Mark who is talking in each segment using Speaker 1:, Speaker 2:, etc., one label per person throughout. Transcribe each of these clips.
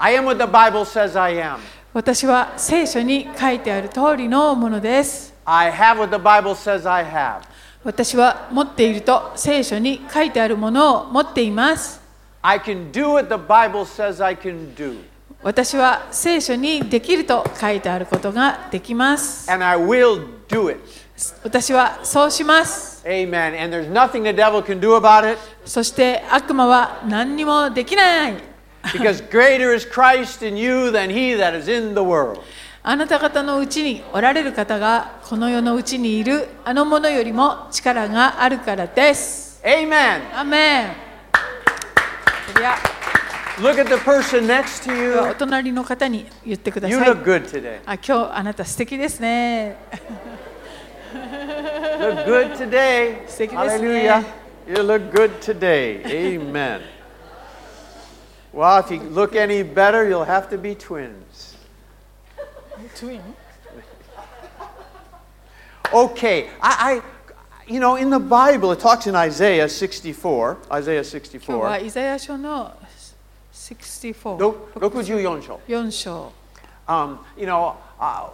Speaker 1: I am what the Bible says I am.
Speaker 2: 私は聖書に書いてある通りのものです。
Speaker 1: I have what the Bible says I have.
Speaker 2: 私は持っていると聖書に書いてあるものを持っています。
Speaker 1: I can do what the Bible says I can do.
Speaker 2: 私は聖書にできると書いてあることができます。
Speaker 1: And I will do it.
Speaker 2: 私はそうします。
Speaker 1: Amen. And there's nothing the devil can do about it
Speaker 2: そして悪魔は何にもできない。
Speaker 1: because greater is Christ in you than he that is in the world.
Speaker 2: あなた方のうちにおられる方がこの世のうちにいるあのものよりも力があるからです。
Speaker 1: Amen.
Speaker 2: アーメン。いや
Speaker 1: Look at the person next to
Speaker 2: では
Speaker 1: you.
Speaker 2: お隣の方に言ってくださ
Speaker 1: You
Speaker 2: い。
Speaker 1: look good today.
Speaker 2: あ今日あなた素敵ですね。
Speaker 1: Look good today.
Speaker 2: 素敵ですね。
Speaker 1: Hallelujah. You look good today. Amen. Well, if you look any better, you'll have to be twins. Okay, I, I, you know, in the Bible, it talks in Isaiah 64, Isaiah
Speaker 2: 今日は
Speaker 1: 64.
Speaker 2: イザヤ書の64
Speaker 1: Ro- 64章.
Speaker 2: 4章。
Speaker 1: Um, you know, uh,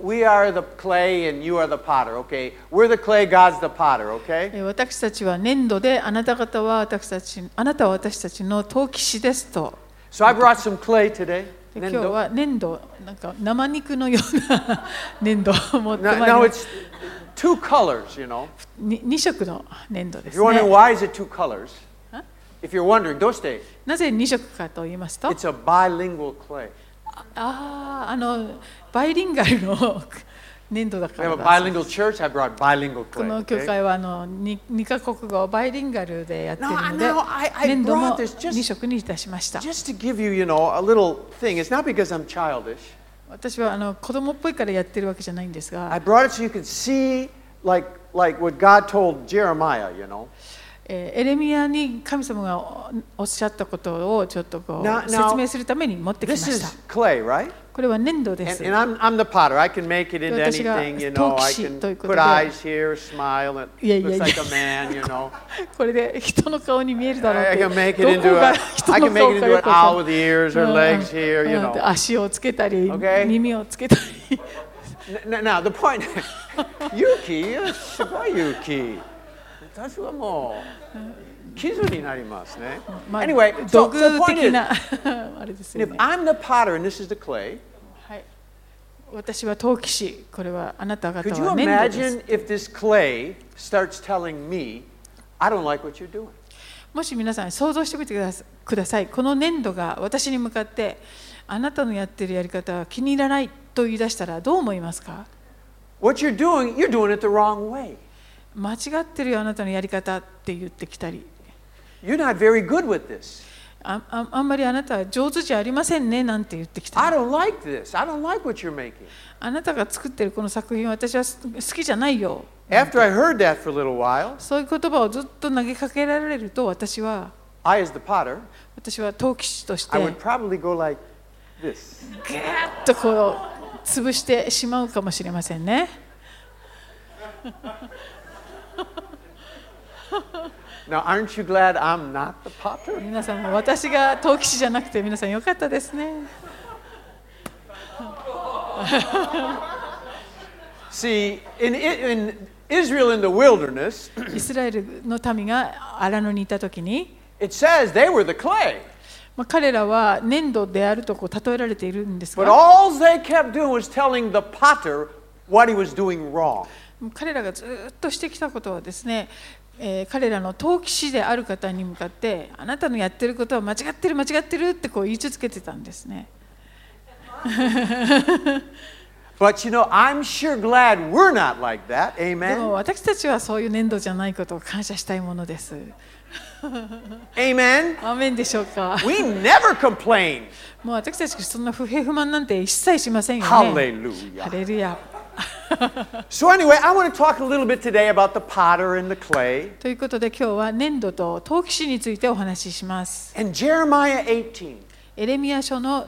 Speaker 1: we, we are the clay and you are the potter, okay? We're the clay, God's the potter, okay?
Speaker 2: えー私たちは粘土であなた方は私たちあなたは私たちの陶器師ですと。
Speaker 1: So I brought some clay today.
Speaker 2: で
Speaker 1: and then the-
Speaker 2: 今日は粘土なんか生肉のような粘土を持ってまい
Speaker 1: Now,
Speaker 2: り
Speaker 1: now
Speaker 2: ま
Speaker 1: it's
Speaker 2: す。
Speaker 1: two colors, you know.
Speaker 2: に二色の粘土で
Speaker 1: If
Speaker 2: す
Speaker 1: you're wondering
Speaker 2: ね。
Speaker 1: why is it two colors,
Speaker 2: Huh?
Speaker 1: if you're wondering, don't stay.
Speaker 2: なぜ二色かと言いますと、
Speaker 1: It's a bilingual clay.
Speaker 2: あああのバイリンガルの 粘土だか
Speaker 1: We have
Speaker 2: ら
Speaker 1: a
Speaker 2: だそうです
Speaker 1: bilingual church. I brought bilingual
Speaker 2: こ
Speaker 1: clay.
Speaker 2: の教
Speaker 1: Okay?
Speaker 2: 会はあの 2, カ国語をバイリンガルでやってい
Speaker 1: No,
Speaker 2: る
Speaker 1: I,
Speaker 2: ので
Speaker 1: no, I, I
Speaker 2: 年度
Speaker 1: brought
Speaker 2: も
Speaker 1: this
Speaker 2: 2
Speaker 1: just,
Speaker 2: 色にいたしました
Speaker 1: just to give you, you know, a little thing. It's not because I'm childish.
Speaker 2: 私はあの子供っぽいからやってるわけじゃないんです
Speaker 1: I
Speaker 2: が、
Speaker 1: brought it so you could see, like, like what God told Jeremiah, you know.
Speaker 2: えーエレミアに神様がおおっしゃったことをちょっとこ
Speaker 1: Now-
Speaker 2: う
Speaker 1: now-
Speaker 2: 説明するために持ってきま
Speaker 1: This
Speaker 2: し
Speaker 1: is
Speaker 2: た
Speaker 1: clay, right?
Speaker 2: これは粘土で
Speaker 1: And,
Speaker 2: す
Speaker 1: and I'm, I'm the potter. I can make it into
Speaker 2: 私が
Speaker 1: anything, you know. I
Speaker 2: 陶器師
Speaker 1: can
Speaker 2: ということで。
Speaker 1: put eyes here, smile, and
Speaker 2: Yeah, yeah,
Speaker 1: looks like
Speaker 2: yeah.
Speaker 1: a man, you know.
Speaker 2: これで人の顔に見えるだろ
Speaker 1: I
Speaker 2: う
Speaker 1: can
Speaker 2: っ
Speaker 1: make it
Speaker 2: てどこ
Speaker 1: into a,
Speaker 2: が
Speaker 1: I
Speaker 2: 人
Speaker 1: can
Speaker 2: の
Speaker 1: make it
Speaker 2: 顔か
Speaker 1: into
Speaker 2: よ
Speaker 1: an
Speaker 2: くわ
Speaker 1: owl with
Speaker 2: かん
Speaker 1: ears or
Speaker 2: ない
Speaker 1: legs here,
Speaker 2: う
Speaker 1: you
Speaker 2: んうん
Speaker 1: know.
Speaker 2: 足をつけたり
Speaker 1: Okay.
Speaker 2: 耳をつけたり
Speaker 1: N- n- Now, the point, Yuki, you're sugoi Yuki. 私はもう、基準になりますね。
Speaker 2: まあ
Speaker 1: Anyway,
Speaker 2: 土
Speaker 1: so, so the
Speaker 2: 偶
Speaker 1: point
Speaker 2: 的
Speaker 1: is,
Speaker 2: な あれですよ
Speaker 1: if
Speaker 2: ね
Speaker 1: I'm the potter and this is the clay,
Speaker 2: はい、私は陶器師、これはあなた方
Speaker 1: could you
Speaker 2: は粘土です。
Speaker 1: imagine if this clay starts telling me, I don't like what you're doing?
Speaker 2: もし皆さん想像してみてくださください。この粘土が私に向かって、あなたのやってるやり方は気に入らないと言い出したらどう思いますか
Speaker 1: What you're doing, you're doing it the wrong way.
Speaker 2: 間違ってるよ、あなたのやり方って言ってきたり、
Speaker 1: You're not very good with this.
Speaker 2: あああんまりあなたは上手じゃありませんねなんて言ってきた
Speaker 1: I
Speaker 2: り、
Speaker 1: don't like this. I don't like what you're making.
Speaker 2: あなたが作ってるこの作品、私はす好きじゃないよ。
Speaker 1: After I heard that for a little while,
Speaker 2: そういう言葉をずっと投げかけられると、私は、
Speaker 1: I, as the potter,
Speaker 2: 私は陶器師として
Speaker 1: I。would probably go like this.
Speaker 2: ぐーっとこう潰してしまうかもしれませんね。
Speaker 1: Now, aren't you glad I'm not the potter?
Speaker 2: 皆さんも私が陶器師じゃなくて皆さんよかったですね。
Speaker 1: See, in, I- in Israel in the wilderness,
Speaker 2: イスラエルの民が荒野にいた時に、
Speaker 1: it says they were the clay.
Speaker 2: まあ、彼らは粘土であるとこう例えられているんです
Speaker 1: But
Speaker 2: が
Speaker 1: all they kept doing was telling the potter what he was doing wrong.
Speaker 2: 彼らがずっとしてきたことはですね、えー彼らの陶器師である方に向かってあなたのやってることは間違ってる間違ってるってこう言い続けてたんですね。
Speaker 1: But you know, I'm sure glad we're not like that.
Speaker 2: で
Speaker 1: Amen.
Speaker 2: も私たちはそういう粘土じゃないことを感謝したいものです。
Speaker 1: Amen.
Speaker 2: アーメンでしょうか。
Speaker 1: We never complain.
Speaker 2: もう私たちそんな不平不満なんて一切しませんよね。ハ
Speaker 1: Hallelujah.
Speaker 2: レルヤ。
Speaker 1: So, anyway, I want to talk a little bit today about the potter and the clay.
Speaker 2: ということで今日は粘土と陶器師についてお話しします。
Speaker 1: And Jeremiah 18,
Speaker 2: エレミア書の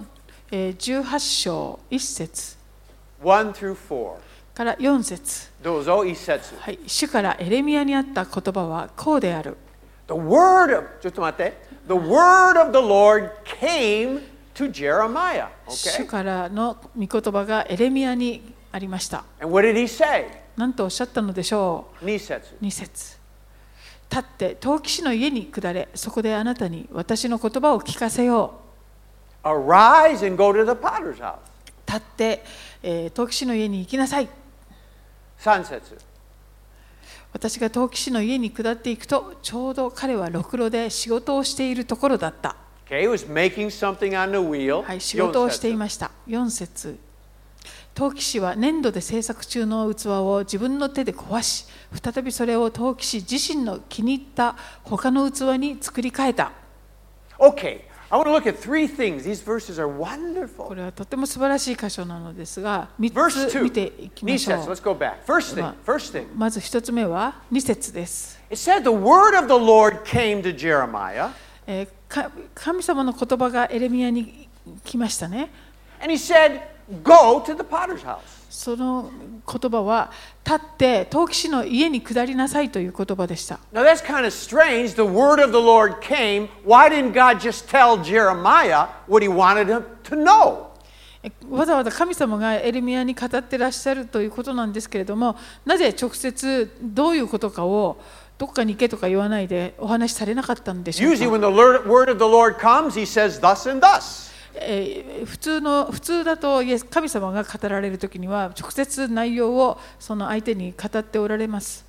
Speaker 2: えー18章1節
Speaker 1: 1 through 4.
Speaker 2: から4節
Speaker 1: Dozo isetsu.
Speaker 2: はい、主からエレミアにあった言葉はこうである。
Speaker 1: The word of, ちょっと待って。the word of the Lord came to Jeremiah.
Speaker 2: 主
Speaker 1: Okay?
Speaker 2: からの御言葉がエレミアにありました。
Speaker 1: And what did he say?
Speaker 2: なんとおっしゃったのでしょう
Speaker 1: Nisetsu.
Speaker 2: 2節立って陶器師の家に下れそこであなたに私の言葉を聞かせよ
Speaker 1: Arise and go to the potter's house.
Speaker 2: う立って、えー陶器師の家に行きなさい
Speaker 1: Sansetsu.
Speaker 2: 私が陶器師の家に下っていくとちょうど彼はろくろで仕事をしているところだった、
Speaker 1: Okay, he was making something on the wheel.
Speaker 2: はい、仕事をしてい
Speaker 1: Yonsetsu.
Speaker 2: ました4節陶器師は粘土で制作中の器を自分の手で壊し再びそれを陶器師自身の気に入った他の器に作り変えた
Speaker 1: Okay, I want to look at three things. These verses are
Speaker 2: こ
Speaker 1: wonderful.
Speaker 2: れはとても素晴らしい箇所なのですが、3
Speaker 1: Verse
Speaker 2: つ
Speaker 1: 2.
Speaker 2: 見ていきましょ
Speaker 1: Nisetsu,
Speaker 2: う
Speaker 1: let's。go back. First thing,
Speaker 2: ま
Speaker 1: first thing.
Speaker 2: まず1つ目は2節です、
Speaker 1: It said the word of the Lord came to Jeremiah,
Speaker 2: えーか神様の言葉がエレミアに来ましたね。
Speaker 1: and he said, Go to the potter's house.
Speaker 2: その言葉は、立って陶器師の家に下りなさいという言葉でした。
Speaker 1: Now that's kind of strange. The word of the Lord came. Why didn't God just tell Jeremiah what he wanted him to know?
Speaker 2: えわざわざ神様がエレミアに語ってらっしゃるということなんですけれども、なぜ直接どういうことかをどっかに行けとか言わないでお話しされなかったんでしょう
Speaker 1: Usually,
Speaker 2: か
Speaker 1: when the lear- word of the Lord comes, he says, Thus and thus.
Speaker 2: えー普通の普通だとイエス神様が語られる時には直接内容をその相手に語っておられます。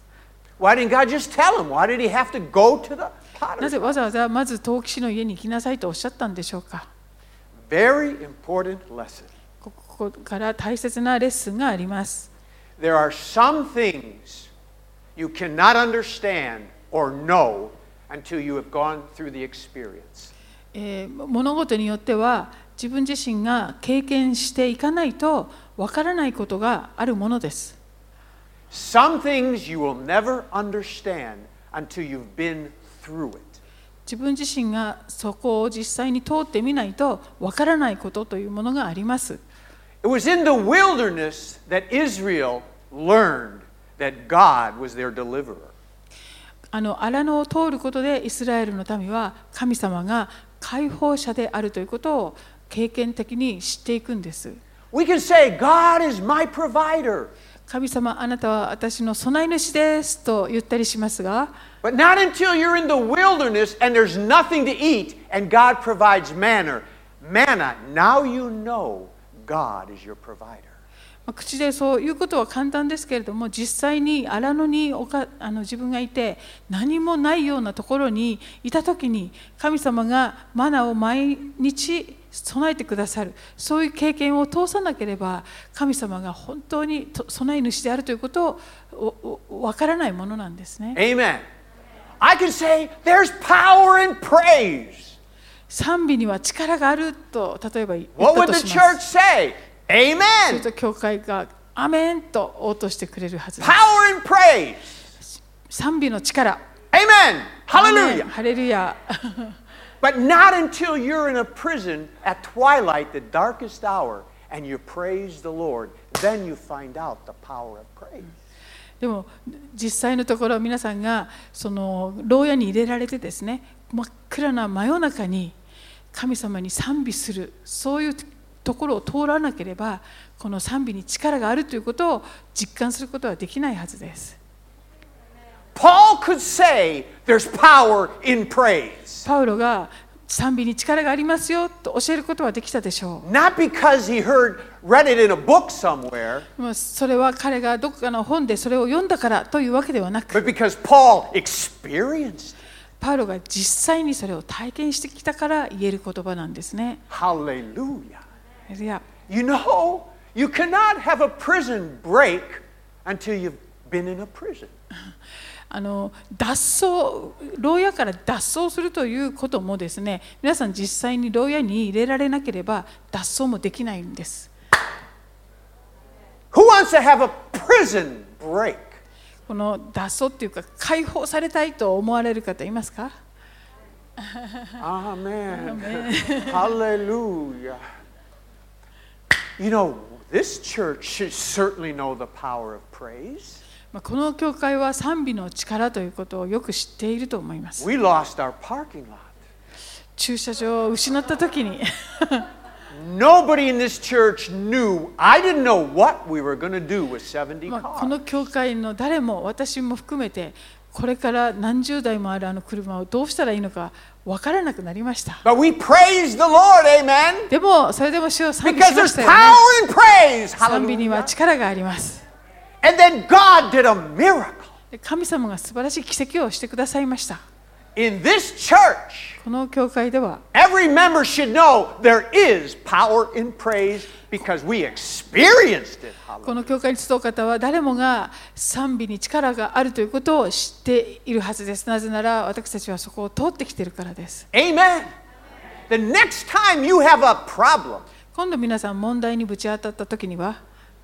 Speaker 1: Why didn't God just tell him? Why did he have to go to the
Speaker 2: な
Speaker 1: potter's
Speaker 2: ぜ
Speaker 1: house?
Speaker 2: わざわざまず陶器師の家に行きなさいとおっしゃったんでしょうか
Speaker 1: Very important lesson.
Speaker 2: こここから大切なレッスンがあります。
Speaker 1: There are some things you cannot understand or know until you have gone through the experience.
Speaker 2: えー物事によっては自分自身が経験していかないとわからないことがあるものです。
Speaker 1: Some things you will never understand until you've been through it.
Speaker 2: 自分自身がそこを実際に通ってみないとわからないことというものがあります。
Speaker 1: It was in the wilderness that Israel learned that God was their deliverer.
Speaker 2: あの荒野を通ることでイスラエルの民は神様が解放者であるということを経験的に知っていくんです。
Speaker 1: We can say, God is my provider,
Speaker 2: 神様あなたは私の備え主ですと言ったりしますが
Speaker 1: but not until you're in the wilderness and there's nothing to eat and God provides manna. Manna, now you know God is your provider.
Speaker 2: まあ口でそういうことは簡単ですけれども実際に荒野におかあの自分がいて何もないようなところにいた時に神様がマナを毎日備えてくださるそういう経験を通さなければ神様が本当にと備え主であるということをおおわからないものなんですね
Speaker 1: Amen. I can say, there's power in praise.
Speaker 2: 賛美には力があると例えば言っ
Speaker 1: What
Speaker 2: た
Speaker 1: would
Speaker 2: と
Speaker 1: the
Speaker 2: します
Speaker 1: church say?
Speaker 2: する
Speaker 1: Amen.
Speaker 2: と教会が「アメン」と応答してくれるはずです
Speaker 1: Power in praise.
Speaker 2: 賛美の力
Speaker 1: Amen.
Speaker 2: アーメ
Speaker 1: Hallelujah.
Speaker 2: ンハレルヤ
Speaker 1: But not until you're in a prison at twilight, the darkest hour, and you praise the Lord, then you find out the power of praise.
Speaker 2: でも実際のところ皆さんがその牢屋に入れられてですね真っ暗な真夜中に神様に賛美するそういうところを通らなければこの賛美に力があるということを実感することはできないはずです
Speaker 1: Paul could say there's power in praise.
Speaker 2: パウロが賛美に力がありますよと教えることはできたでしょう
Speaker 1: Not because he heard read it in a book somewhere,
Speaker 2: まあそれは彼がどこかの本でそれを読んだからというわけではなく
Speaker 1: but because Paul experienced. it.
Speaker 2: パウロが実際にそれを体験してきたから言える言葉なんですね。
Speaker 1: Hallelujah.
Speaker 2: いや
Speaker 1: You know, you cannot have a prison break until you've been in a prison.
Speaker 2: あの脱走牢屋から脱走するということもですね皆さん実際に牢屋に入れられなければ脱走もできないんです
Speaker 1: Who wants to have a prison break?
Speaker 2: この脱走っていうか解放されたいと思われる方いますか
Speaker 1: Amen. Hallelujah. You know, this church should certainly know the power of praise.
Speaker 2: まあこの教会は賛美の力ということをよく知っていると思います
Speaker 1: We lost our parking lot.
Speaker 2: 駐車場を失った時に
Speaker 1: Nobody in this church knew. I didn't know what we were going to do with 70
Speaker 2: まあ、こ
Speaker 1: cars.
Speaker 2: の教会の誰も私も含めてこれから何十台もあるあの車をどうしたらいいのか分からなくなりました
Speaker 1: But we praise the Lord, amen.
Speaker 2: でもそれでも主を賛美
Speaker 1: Because
Speaker 2: しま
Speaker 1: there's
Speaker 2: したよね
Speaker 1: power in praise.
Speaker 2: 賛美には
Speaker 1: Hallelujah.
Speaker 2: 力があります
Speaker 1: And then God did a miracle
Speaker 2: で神様が素晴らしい奇跡をしてくださいました
Speaker 1: in this church.
Speaker 2: この教会では
Speaker 1: Every member should know there is power in praise because we experienced it.
Speaker 2: こ
Speaker 1: Hallelujah.
Speaker 2: の教会に集う方は誰もが賛美に力があるということを知っているはずですなぜなら私たちはそこを通ってきているからです
Speaker 1: Amen. The next time you have a problem,
Speaker 2: 今度皆さん問題にぶち当たった時には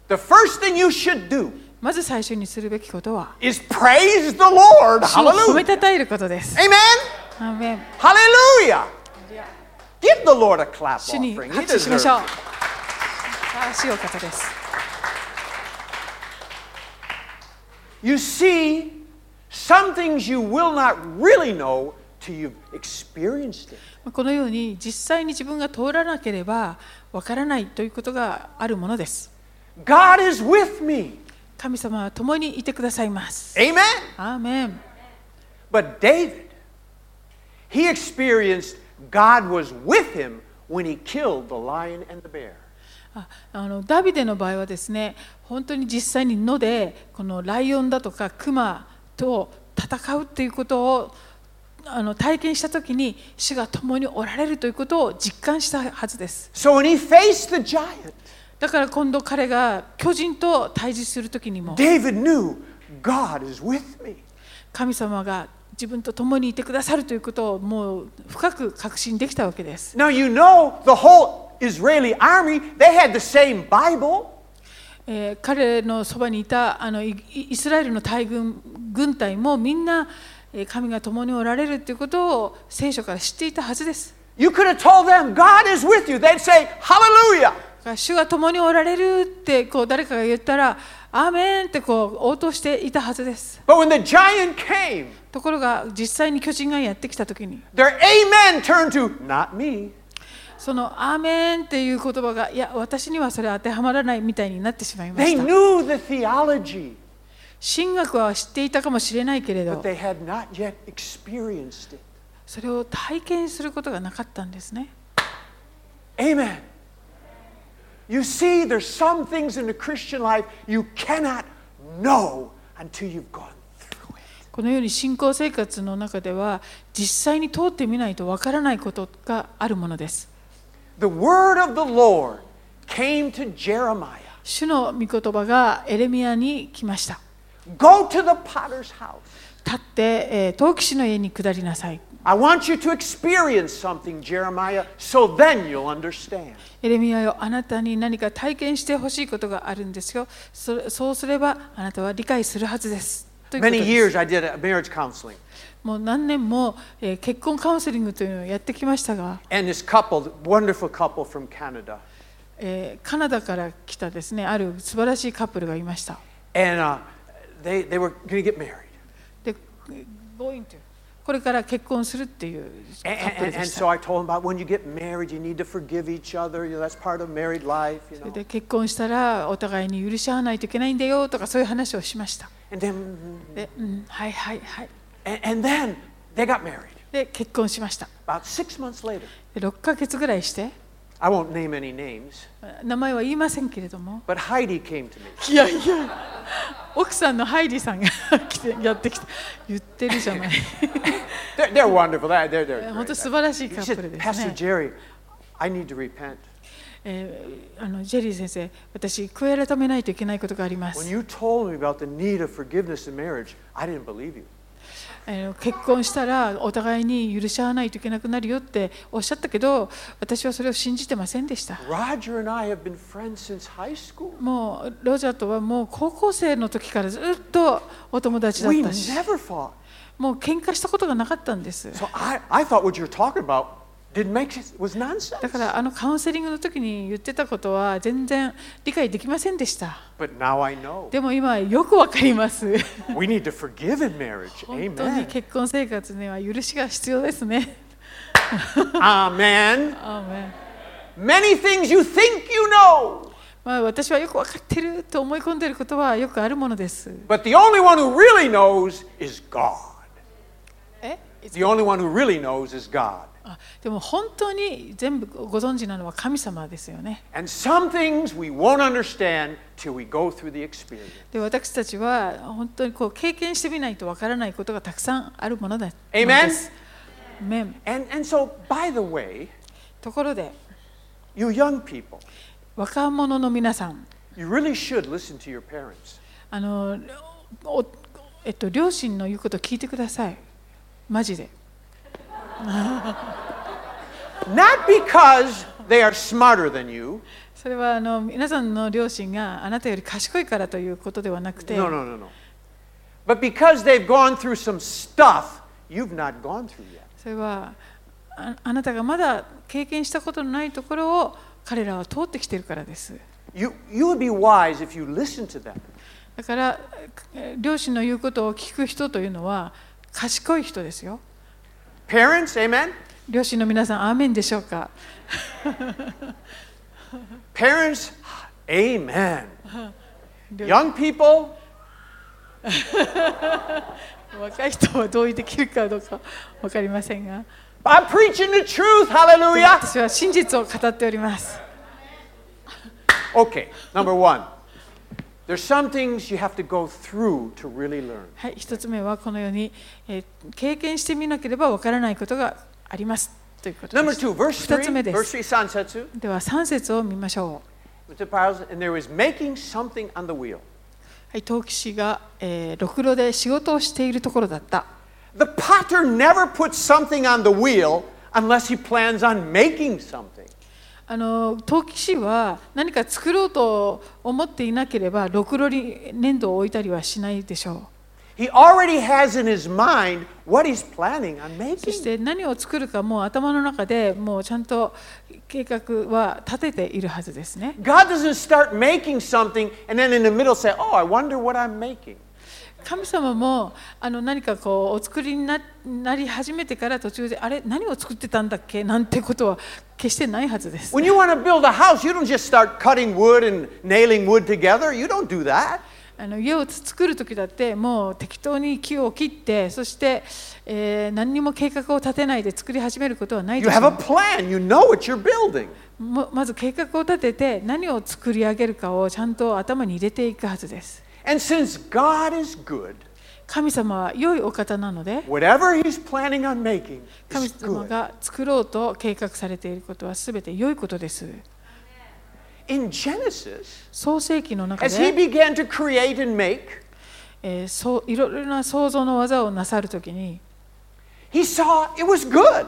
Speaker 1: the first thing you should do
Speaker 2: まず最初にするべきことは
Speaker 1: is praise the Lord.
Speaker 2: 主を褒め
Speaker 1: Hallelujah.
Speaker 2: たたえることです。
Speaker 1: Amen.
Speaker 2: アーメン
Speaker 1: Hallelujah. Give the Lord a clap
Speaker 2: 主に
Speaker 1: offering. He
Speaker 2: 拍手しましょう
Speaker 1: deserves。it.
Speaker 2: 素晴らしいお方です。
Speaker 1: You see, some things you will not really know till you've experienced it.
Speaker 2: このように実際に自分が通らなければわからないということがあるものです。
Speaker 1: God is with me.
Speaker 2: 神様は共にいてくださいます。
Speaker 1: Amen.
Speaker 2: アーメン
Speaker 1: But David, he experienced God was with him when he killed the lion and the bear.
Speaker 2: ああのダビデの場合はですね本当に実際に野でこのライオンだとかクマと戦うっていうことをあの体験した時に主が共におられるということを実感したはずです。
Speaker 1: So when he faced the giant,
Speaker 2: だから今度彼が巨人と対峙する時にも
Speaker 1: David knew God is with me.
Speaker 2: 神様が自分と共にいてくださるということをもう深く確信できたわけです。
Speaker 1: Now you know the whole Israeli army, they had the same Bible.
Speaker 2: えー彼のそばにいたあのイイイスラエルの大軍軍隊もみんなえー神が共におられるということを聖書から知っていたはずです。
Speaker 1: You could have told them, God is with you. They'd say, Hallelujah.
Speaker 2: だから主が共におられるってこう誰かが言ったら「アーメン!」ってこう応答していたはずです。
Speaker 1: But when the giant came,
Speaker 2: ところが実際に巨人がやってきた時に
Speaker 1: their amen turned to, Not me.
Speaker 2: その「アーメン」っていう言葉がいや私にはそれ当てはまらないみたいになってしまいま
Speaker 1: They
Speaker 2: した
Speaker 1: knew the theology,
Speaker 2: 神学は知っていたかもしれないけれ
Speaker 1: but
Speaker 2: ど
Speaker 1: they had not yet experienced it.
Speaker 2: それを体験することがなかったんですね
Speaker 1: Amen. You see, there's some things in the Christian life you cannot know until you've gone through it.
Speaker 2: このように信仰生活の中では実際に通ってみないとわからないことがあるものです
Speaker 1: The word of the Lord came to Jeremiah
Speaker 2: 主の御言葉がエレミアに来ました
Speaker 1: Go to the potter's house.
Speaker 2: 立って、えー陶器師の家に下りなさい
Speaker 1: I want you to experience something, Jeremiah, so then you'll understand.
Speaker 2: エレミアよあなたに何か体験してほしいことがあるんですよそれそうすればあなたは理解するはずですということ
Speaker 1: Many
Speaker 2: で
Speaker 1: years
Speaker 2: す
Speaker 1: I did a marriage counseling,
Speaker 2: もう何年も、えー結婚カウンセリングというのをやってきましたが、
Speaker 1: and this couple, wonderful couple from Canada,
Speaker 2: えーカナダから来たですねある素晴らしいカップルがいました
Speaker 1: and uh, they, they were going to get married.
Speaker 2: でこれから結婚するっていうカ
Speaker 1: And,
Speaker 2: ッ
Speaker 1: and,
Speaker 2: プル
Speaker 1: and
Speaker 2: で
Speaker 1: and
Speaker 2: し
Speaker 1: so
Speaker 2: た
Speaker 1: I told him about when you get married, you need to forgive each other. You know, that's part of married life. You
Speaker 2: それ
Speaker 1: know.
Speaker 2: で結婚したらお互いに許し合わないといけないんだよとかそういう話をしました
Speaker 1: And then,
Speaker 2: で、うん、はいはいはい
Speaker 1: and, and then they got married.
Speaker 2: で結婚しました
Speaker 1: About six months later,
Speaker 2: で6ヶ月ぐらいして
Speaker 1: I won't name any names,
Speaker 2: 名前は言いませんけれども
Speaker 1: but Heidi came to me.
Speaker 2: いやいや奥さんのハイリーさんが 来てやってきた言ってるじゃない
Speaker 1: They're, they're wonderful. They're, they're,
Speaker 2: え
Speaker 1: they're
Speaker 2: 本当
Speaker 1: great.
Speaker 2: 素晴らしい
Speaker 1: She
Speaker 2: カップル
Speaker 1: said,
Speaker 2: ですね
Speaker 1: Pastor。Jerry, I need to repent.
Speaker 2: えーあのジェリー先生、私、悔い改めないといけないことがありま
Speaker 1: When
Speaker 2: す。
Speaker 1: you told me about the need of forgiveness in marriage, I didn't believe you.
Speaker 2: あの結婚したらお互いに許し合わないといけなくなるよっておっしゃったけど、私はそれを信じてませんでした。
Speaker 1: Roger and I have been friends since high school.
Speaker 2: もうロジャーとはもう高校生の時からずっとお友達だっ
Speaker 1: We
Speaker 2: たし、
Speaker 1: never fought.
Speaker 2: もう喧嘩したことがなかったんです。
Speaker 1: So I, I thought what you were talking about didn't make sense, was
Speaker 2: だ
Speaker 1: nonsense.
Speaker 2: からあのカウンセリングの時に言ってたことは全然理解できませんでした。
Speaker 1: But now I know.
Speaker 2: でも今よくわかります。
Speaker 1: We need to forgive in marriage.
Speaker 2: 本当
Speaker 1: Amen.
Speaker 2: に結婚生活には許しが必要ですね。
Speaker 1: Amen.
Speaker 2: アーメン
Speaker 1: Many things you think you know.
Speaker 2: まあ、私はよく分かってると思い込んでいることはよくあるものです。
Speaker 1: But the only one who really knows is God.
Speaker 2: え
Speaker 1: The only one who really knows is God.
Speaker 2: あでも本当に全部ご存知なのは神様ですよね。
Speaker 1: And some things we won't understand till we go through the experience.
Speaker 2: で私たちは本当にこう経験してみないとわからないことがたくさんあるものだ
Speaker 1: Amen
Speaker 2: ものです。メン
Speaker 1: And, and so, by the way,
Speaker 2: ところで
Speaker 1: you young people,
Speaker 2: 若者の皆さん
Speaker 1: you really should listen to your parents.
Speaker 2: あのおえっと、両親の言うことを聞いてください。マジで。
Speaker 1: Not because they are smarter than you.
Speaker 2: それはあの皆さんの両親があなたより賢いからということではなくて、
Speaker 1: No, no, no, no. But because they've gone through some stuff you've not gone through yet.
Speaker 2: それはああなたがまだ経験したことのないところを彼らは通ってきてるからです。
Speaker 1: You, you would be wise if you listened to them.
Speaker 2: だからえー両親の言うことを聞く人というのは賢い人ですよ。
Speaker 1: Parents, amen?
Speaker 2: 両親の皆さん、アーメンでしょうか
Speaker 1: Parents, amen. Young people,
Speaker 2: 若い人は同意できるかどうか分かりませんが、
Speaker 1: I'm preaching the truth, hallelujah.
Speaker 2: 私は真実を語っております。
Speaker 1: Okay, number one, there's some things you have to go through to really learn.
Speaker 2: はい、一つ目はこのように、えー経験してみなければ分からないことがありますということで
Speaker 1: Number
Speaker 2: す。
Speaker 1: two, verse
Speaker 2: 二
Speaker 1: three,
Speaker 2: つ目で
Speaker 1: verse
Speaker 2: す。
Speaker 1: three, Sansetsu,
Speaker 2: では3節を見ましょう。
Speaker 1: with the piles, and there was making something on the wheel.
Speaker 2: はい、陶器師が、えーろくろで仕事をしているところだった。
Speaker 1: The potter never puts something on the wheel unless he plans on making something.
Speaker 2: あの陶器師は何か作ろうと思っていなければろくろに粘土を置いたりはしないでしょう
Speaker 1: He already has in his mind what he's planning on
Speaker 2: そし
Speaker 1: making.
Speaker 2: て何を作るかもう頭の中でもうちゃんと計画は立てているはずですね
Speaker 1: God doesn't start making something and then in the middle say, Oh, I wonder what I'm making.
Speaker 2: 神様もあの何かこうお作りにななり始めてから途中であれ何を作ってたんだっけなんてことは決してないはずです
Speaker 1: When you want to build a house, you don't just start cutting wood and nailing wood together. You don't do that.
Speaker 2: あの家を作る時だってもう適当に木を切ってそして、えー何にも計画を立てないで作り始めることはない
Speaker 1: You
Speaker 2: でし
Speaker 1: have a
Speaker 2: ょう
Speaker 1: plan. You know what you're building.
Speaker 2: もまず計画を立てて何を作り上げるかをちゃんと頭に入れていくはずです
Speaker 1: And since God is good,
Speaker 2: 神様は良いお方なので
Speaker 1: whatever he's planning on making
Speaker 2: 神
Speaker 1: is
Speaker 2: 様
Speaker 1: good.
Speaker 2: が作ろうと計画されていることは全て良いことです
Speaker 1: In Genesis,
Speaker 2: 創世記の中
Speaker 1: as he
Speaker 2: で、
Speaker 1: began to create and make,
Speaker 2: えーそういろいろな創造の技をなさる時に
Speaker 1: he saw it was good.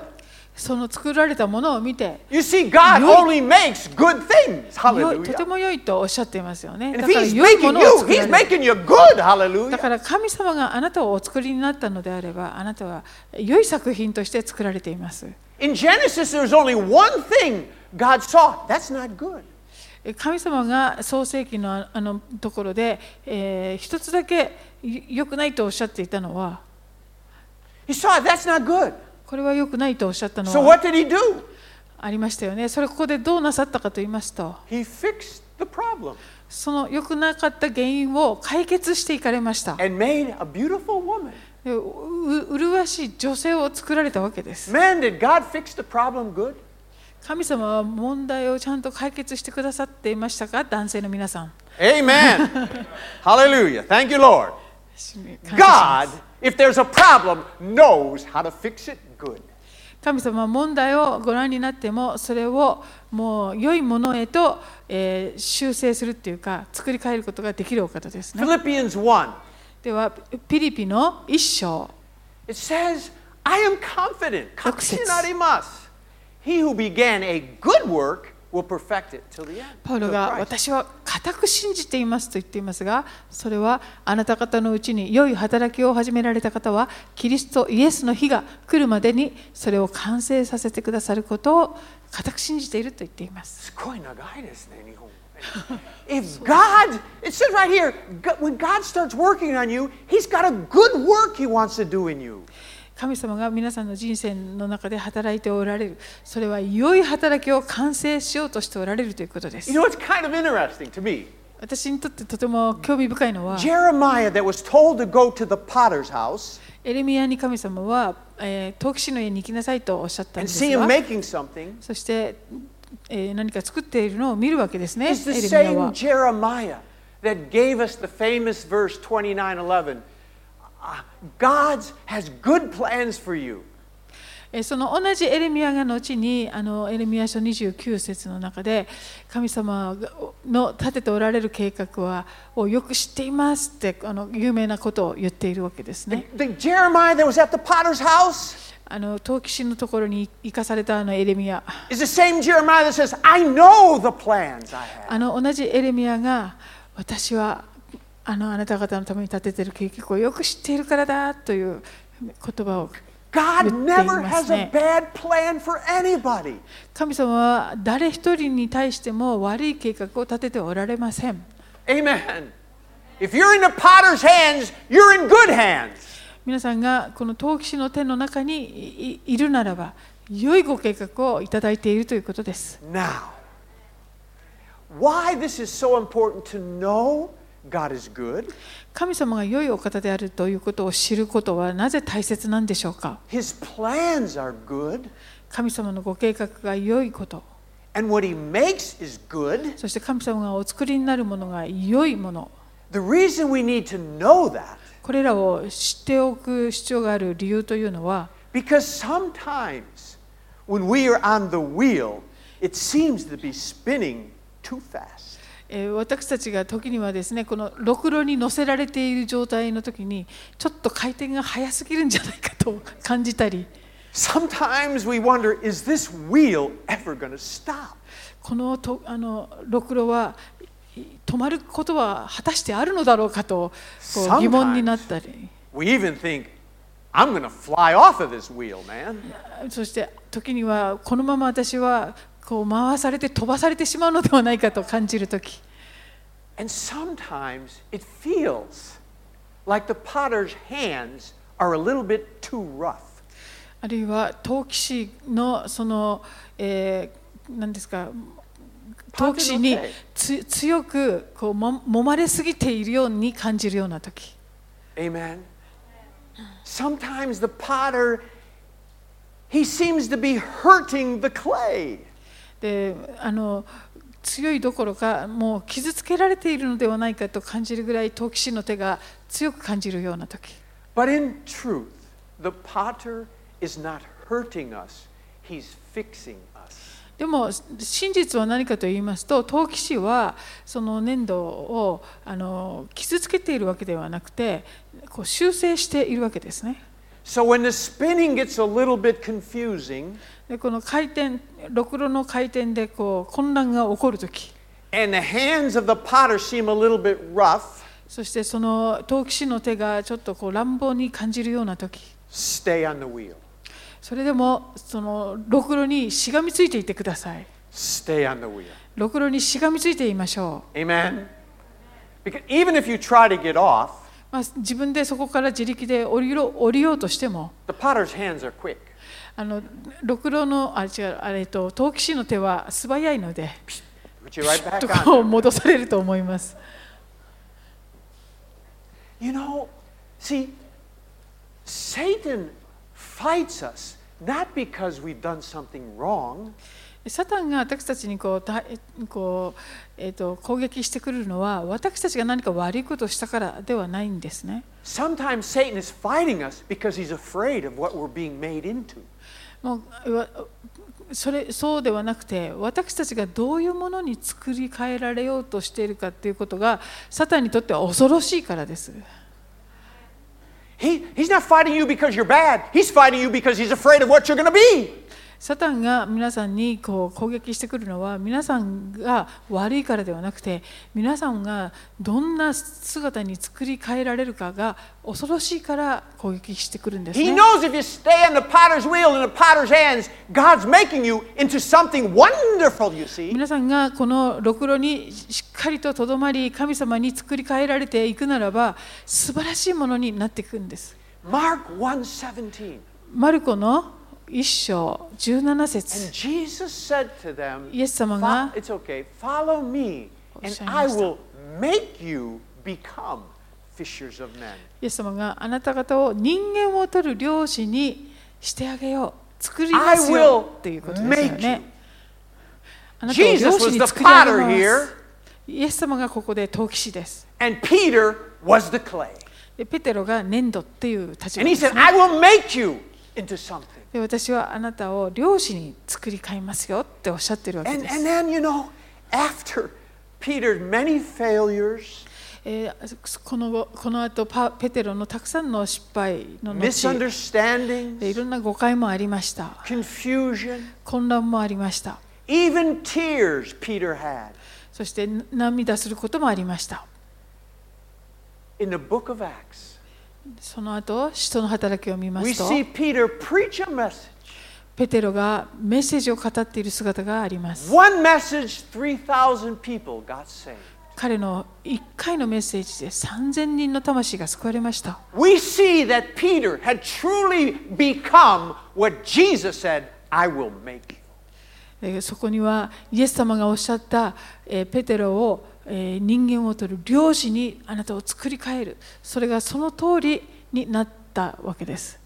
Speaker 2: その作られたものを見て
Speaker 1: You see, God
Speaker 2: Yo-
Speaker 1: only makes good things.
Speaker 2: 良いとて
Speaker 1: Hallelujah.
Speaker 2: も良いとおっしゃっていますよね
Speaker 1: And
Speaker 2: だ
Speaker 1: if
Speaker 2: から
Speaker 1: he's
Speaker 2: 良いも
Speaker 1: making
Speaker 2: のを
Speaker 1: you,
Speaker 2: 作ら
Speaker 1: he's
Speaker 2: れる
Speaker 1: making you good.
Speaker 2: だ
Speaker 1: Hallelujah.
Speaker 2: から神様があなたをお作りになったのであればあなたは良い作品として作られています
Speaker 1: In Genesis, there's only one thing God saw. That's not good.
Speaker 2: え神様が創世記のああのところで、えー一つだけよ良くないとおっしゃっていたのは
Speaker 1: He saw that's not good.
Speaker 2: これは良くないとおっしゃったの
Speaker 1: So
Speaker 2: は
Speaker 1: what did he do?
Speaker 2: ありましたよねそれここでどうなさったかと言いますと
Speaker 1: He fixed the problem
Speaker 2: その良くなかった原因を解決していかれました
Speaker 1: and made a beautiful woman.
Speaker 2: でうう麗しい女性を作られたわけです
Speaker 1: Man, did God fix the problem good?
Speaker 2: 神様は問題をちゃんと解決してくださっていましたか男性の皆さん
Speaker 1: Amen. Hallelujah. Thank you, Lord.
Speaker 2: 感謝します
Speaker 1: God, if there's a problem, knows how to fix it good.
Speaker 2: 神様は問題をご覧になってもそれをもう良いものへと、えー修正するっていうか作り変えることができるお方ですね。
Speaker 1: Philippians 1.
Speaker 2: ではピリピの一章
Speaker 1: It says, I am confident. "
Speaker 2: Access.
Speaker 1: 確信あります." He who began a good work will perfect it till the end.
Speaker 2: パウ
Speaker 1: till
Speaker 2: ロが
Speaker 1: Christ.
Speaker 2: 私は固く信じていますと言っていますがそれはあなた方のうちに良い働きを始められた方はキリストイエスの日が来るまでにそれを完成させてくださることを固く信じていると言っています。
Speaker 1: すごい長いですね、日本語。If God, it says right here, Go- when God starts working on you, He's got a good work He wants to do in you.
Speaker 2: 神様が皆さんの人生の中で働いておられるそれは良い働きを完成しようとしておられるということです
Speaker 1: You know, it's kind of interesting to me.
Speaker 2: 私にとってとても興味深いのは
Speaker 1: Jeremiah, that was told to go to the potter's house
Speaker 2: エレミヤに神様は、えー、陶器師の家に行きなさいとおっしゃっ
Speaker 1: and
Speaker 2: たんで
Speaker 1: see
Speaker 2: す
Speaker 1: him
Speaker 2: が
Speaker 1: making something
Speaker 2: そして、えー何か作っているのを見るわけですねエ
Speaker 1: is the
Speaker 2: レミヤ
Speaker 1: same
Speaker 2: は
Speaker 1: Jeremiah that gave us the famous verse 29:11. "Ah, God's has good plans for you.
Speaker 2: えーその同じエレミヤが後にあのエレミヤ書29節の中で神様がの立てておられる計画はをよく知っていますってあの有名なことを言っているわけですね
Speaker 1: The Jeremiah that was at the potter's house
Speaker 2: あの陶器師のところに行かされたあのエレミヤ
Speaker 1: is the same Jeremiah that says, I know the plans I have.
Speaker 2: あの同じエレミヤが私はあのあなた方のために立てている計画をよく知っているからだという言葉を
Speaker 1: God never
Speaker 2: 言っています
Speaker 1: has a
Speaker 2: ね。
Speaker 1: bad plan for anybody.
Speaker 2: 神様は誰一人に対しても悪い計画を立てておられません
Speaker 1: Amen. If you're in the potter's hands, you're in good hands.
Speaker 2: 皆さんがこの陶器師の手の中にいいいるならば良いご計画をいただいているということです
Speaker 1: Now, why this is so important to know God is good,
Speaker 2: 神様が良いお方であるということを知ることはなぜ大切なんでしょうか
Speaker 1: His plans are good,
Speaker 2: 神様のご計画が良いこと
Speaker 1: and what He makes is good.
Speaker 2: そして神様がお作りになるものが良いもの
Speaker 1: The reason we need to know that,
Speaker 2: これらを知っておく必要がある理由というのは
Speaker 1: because sometimes when we are on the wheel, it seems to be spinning too fast.
Speaker 2: えー私たちが時にはですねこのろくろに乗せられている状態の時にちょっと回転が速すぎるんじゃないかと感じたり
Speaker 1: Sometimes we wonder, is this wheel ever going to stop?
Speaker 2: このとあのろくろはい止まることは果たしてあるのだろうかとこ
Speaker 1: Sometimes.
Speaker 2: う疑問になったり
Speaker 1: We even think, I'm going to fly off of this wheel, man.
Speaker 2: そして時にはこのまま私はこう回されて飛ばされてしまうのではないかと感じる時
Speaker 1: And sometimes it feels like the potter's hands are a little bit too rough.
Speaker 2: あるいは陶器師のその、えー、何ですか陶器師に
Speaker 1: Potter's okay.
Speaker 2: つ強くこうも揉まれすぎているように感じるような時
Speaker 1: Amen. Sometimes the potter, he seems to be hurting the clay.
Speaker 2: であの強いどころかもう傷つけられているのではないかと感じるぐらい陶器師の手が強く感じるような時
Speaker 1: But in truth, the potter is not hurting us, he's fixing us.
Speaker 2: でも真実は何かと言いますと陶器師はその粘土をあの傷つけているわけではなくてこう修正しているわけですね。
Speaker 1: So when the spinning gets a little bit confusing
Speaker 2: でこの回転ろくろの回転でこう混乱が起こるとき
Speaker 1: and the hands of the potter seem a little bit rough,
Speaker 2: そしてその陶器師の手がちょっとこう乱暴に感じるようなとき
Speaker 1: stay on the wheel.
Speaker 2: それでもそのろくろにしがみついていてください
Speaker 1: Stay on the wheel.
Speaker 2: ろくろにしがみついていましょ
Speaker 1: Amen. Because even if you try to get off,
Speaker 2: う、まあ、自分でそこから自力で降りろ降りようとしても
Speaker 1: the potter's hands are quick.
Speaker 2: あのろくろのあ違うあれえっと陶器師の手は素早いので
Speaker 1: Put you right
Speaker 2: と
Speaker 1: back
Speaker 2: こう
Speaker 1: on.
Speaker 2: 戻されると思います
Speaker 1: You know, see, Satan fights us not because we've done something wrong,
Speaker 2: サタンが私たちにこうだこう、えー、と攻撃してくるのは私たちが何か悪いことをしたからではないんですね。
Speaker 1: sometimes Satan is fighting us because he's afraid of what we're being made into.
Speaker 2: もううわそれそうではなくて私たちがどういうものに作り変えられようとしているかということがサタンにとっては恐ろしいからです。
Speaker 1: He, he's not fighting you because you're bad. He's fighting you because he's afraid of what you're going to be.
Speaker 2: サタンが皆さんにこう攻撃してくるのは皆さんが悪いからではなくて皆さんがどんな姿に作り変えられるかが恐ろしいから攻撃してくるんです
Speaker 1: He
Speaker 2: ね。
Speaker 1: knows if you stay on the potter's wheel in the potter's hands, God's making you into something wonderful, you see.
Speaker 2: 皆さんがこのろくろにしっかりととどまり神様に作り変えられていくならば素晴らしいものになっていくんです
Speaker 1: Mark 1:17.
Speaker 2: マルコの一章17
Speaker 1: And
Speaker 2: 節
Speaker 1: Jesus said to them,
Speaker 2: イエス様
Speaker 1: "Fo-
Speaker 2: が
Speaker 1: It's okay, follow me, and
Speaker 2: おっしゃいました。
Speaker 1: I will make you become fishers of men.
Speaker 2: イエス様があなた方を人間を取る漁師にしてあげよう作りますよ
Speaker 1: I will
Speaker 2: ということですよねあなたを漁
Speaker 1: Jesus was
Speaker 2: 師に
Speaker 1: the
Speaker 2: 作り上げ
Speaker 1: potter
Speaker 2: ます
Speaker 1: here,
Speaker 2: イエス様がここで陶器師です
Speaker 1: and Peter was the clay.
Speaker 2: でペテロが粘土っていう立場
Speaker 1: And he
Speaker 2: です、
Speaker 1: said,
Speaker 2: ね
Speaker 1: I will make you into something.
Speaker 2: で私はあなたを漁師に作り変えますよっておっしゃってるわけ
Speaker 1: And,
Speaker 2: で
Speaker 1: and
Speaker 2: す、
Speaker 1: then, you know, after Peter's many failures,
Speaker 2: えーこの後この後パペテロのたくさんの失敗の後でい
Speaker 1: misunderstandings,
Speaker 2: ろんな誤解もありました
Speaker 1: confusion,
Speaker 2: 混乱もありました
Speaker 1: even tears Peter had.
Speaker 2: そしてな涙することもありました
Speaker 1: In the book of Acts,
Speaker 2: その後使徒の働きを見ま
Speaker 1: we
Speaker 2: すと
Speaker 1: see Peter preach a message.
Speaker 2: ペテロがメッセージを語っている姿があります
Speaker 1: One message, 3,000 people got saved.
Speaker 2: 彼の1回のメッセージで3000人の魂が救われました
Speaker 1: We see that Peter had truly become what Jesus said, I will make you.
Speaker 2: えーそこにはイエス様がおっしゃった、えーペテロを、えー人間を取る漁師にあなたを作り変えるそれがその通りになったわけです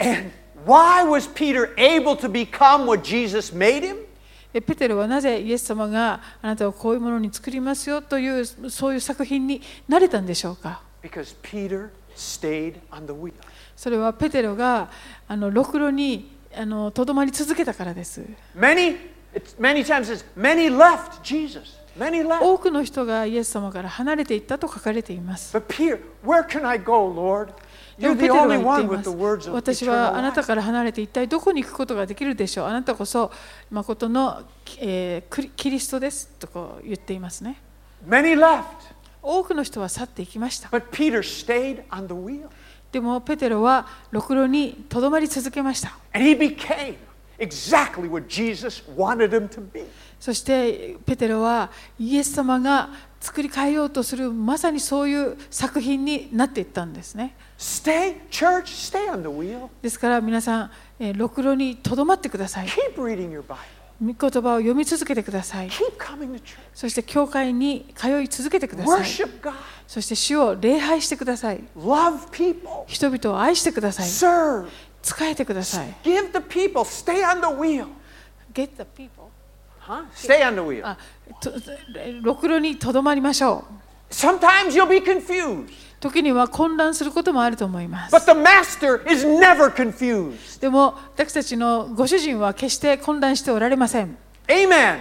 Speaker 1: And why was Peter able to become what Jesus made him?
Speaker 2: でペテロはなぜイエス様があなたをこういうものに作りますよというそういう作品になれたんでしょうか
Speaker 1: Because Peter stayed on the wheel.
Speaker 2: それはペテロがあのろくろにあのとどまり続けたからです
Speaker 1: Many, it's, many times it's many left Jesus. Many left.
Speaker 2: 多くの人がイエス様から離れていったと書かれています
Speaker 1: But Peter, where can I go, Lord?
Speaker 2: でも
Speaker 1: You're
Speaker 2: ペ
Speaker 1: the
Speaker 2: テロは
Speaker 1: only one
Speaker 2: 言っていま
Speaker 1: with
Speaker 2: す
Speaker 1: the words of
Speaker 2: 私はあな
Speaker 1: eternal
Speaker 2: た
Speaker 1: life.
Speaker 2: から離れて一体どこに行くことができるでしょうあなたこそ誠の、えークリキリストですとこう言っていますね
Speaker 1: Many left.
Speaker 2: 多くの人は去っていきました
Speaker 1: But Peter stayed on the wheel.
Speaker 2: でもペテロはろくろにとどまり続けました
Speaker 1: And he became exactly what Jesus wanted him to be.
Speaker 2: そしてペテロはイエス様が作り変えようとするまさにそういう作品になっていったんですね
Speaker 1: Stay, church, stay on the wheel.
Speaker 2: ですから皆さんえーろくろにとどまってください
Speaker 1: Keep reading your Bible.
Speaker 2: 御言葉を読み続けてください
Speaker 1: Keep coming to church.
Speaker 2: そして教会に通い続けてください
Speaker 1: Worship God.
Speaker 2: そして主を礼拝してください
Speaker 1: Love people.
Speaker 2: 人々を愛してください
Speaker 1: Serve.
Speaker 2: 仕えてください
Speaker 1: Give the people. Stay on the wheel.
Speaker 2: Get the people
Speaker 1: Huh? Stay on the wheel.
Speaker 2: あとろくろにとどまりましょ
Speaker 1: Sometimes you'll be confused,
Speaker 2: う時には混乱することもあると思います
Speaker 1: but the master is never confused.
Speaker 2: でも私たちのご主人は決して混乱しておられません
Speaker 1: Amen.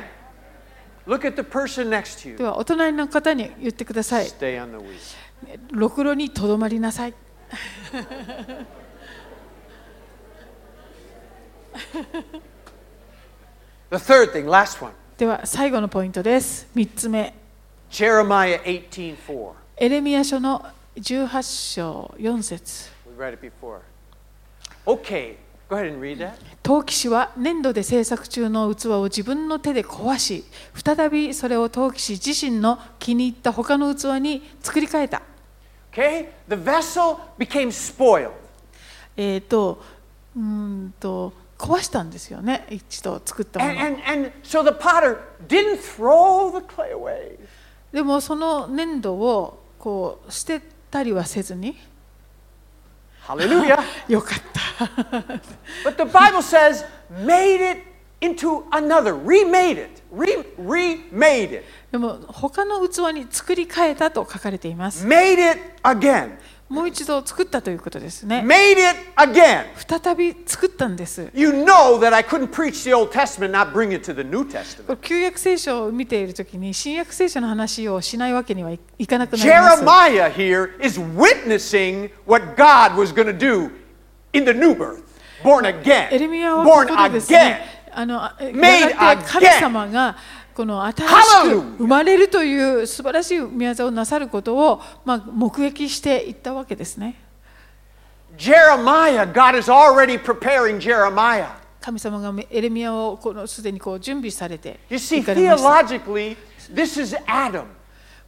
Speaker 1: Look at the person next to
Speaker 2: で
Speaker 1: you.
Speaker 2: はお隣の方に言ってください
Speaker 1: Stay on the wheel.
Speaker 2: ろくろにとどまりなさい
Speaker 1: The third thing, last one.
Speaker 2: では最後のポイントです3つ目
Speaker 1: Jeremiah 18:4.
Speaker 2: エレミア書の18章4節
Speaker 1: We read it before. Okay, go ahead and read that.
Speaker 2: 陶器師は粘土で制作中の器を自分の手で壊し再びそれを陶器師自身の気に入った他の器に作り変えた、
Speaker 1: Okay? The vessel became spoiled.
Speaker 2: えー、とうーんと壊したんですよね一度作ったも
Speaker 1: And,
Speaker 2: の
Speaker 1: and, and so the potter didn't throw the clay away.
Speaker 2: でもその粘土をこう捨てたりはせずに
Speaker 1: Hallelujah.
Speaker 2: よかった
Speaker 1: But the Bible says, made it into another, remade it, re- remade it,
Speaker 2: でも他の器に作り変えたと書かれています
Speaker 1: made it again,
Speaker 2: もう一度作ったということですね
Speaker 1: made it again.
Speaker 2: 再び作ったんです
Speaker 1: You know that I couldn't preach the Old Testament, and not bring it to the New
Speaker 2: こ
Speaker 1: Testament.
Speaker 2: れ旧約聖書を見ているときに新約聖書の話をしないわけにはいいかなくなります。
Speaker 1: Jeremiah here is witnessing what God was going to do in the new birth, born
Speaker 2: エ
Speaker 1: again,
Speaker 2: レミアはこ
Speaker 1: born
Speaker 2: こでですね
Speaker 1: again.、
Speaker 2: あのあや
Speaker 1: Made
Speaker 2: がて神
Speaker 1: again.
Speaker 2: 様がこの新しく
Speaker 1: Hallelujah.
Speaker 2: 生まれるという素晴らしい宮沢をなさることを、まあ、目撃していったわけですね。
Speaker 1: Jeremiah, God is already preparing Jeremiah.
Speaker 2: 神様がエレミアをこのすでにこう準備されて
Speaker 1: You see,
Speaker 2: 行かれました
Speaker 1: theologically, this is Adam.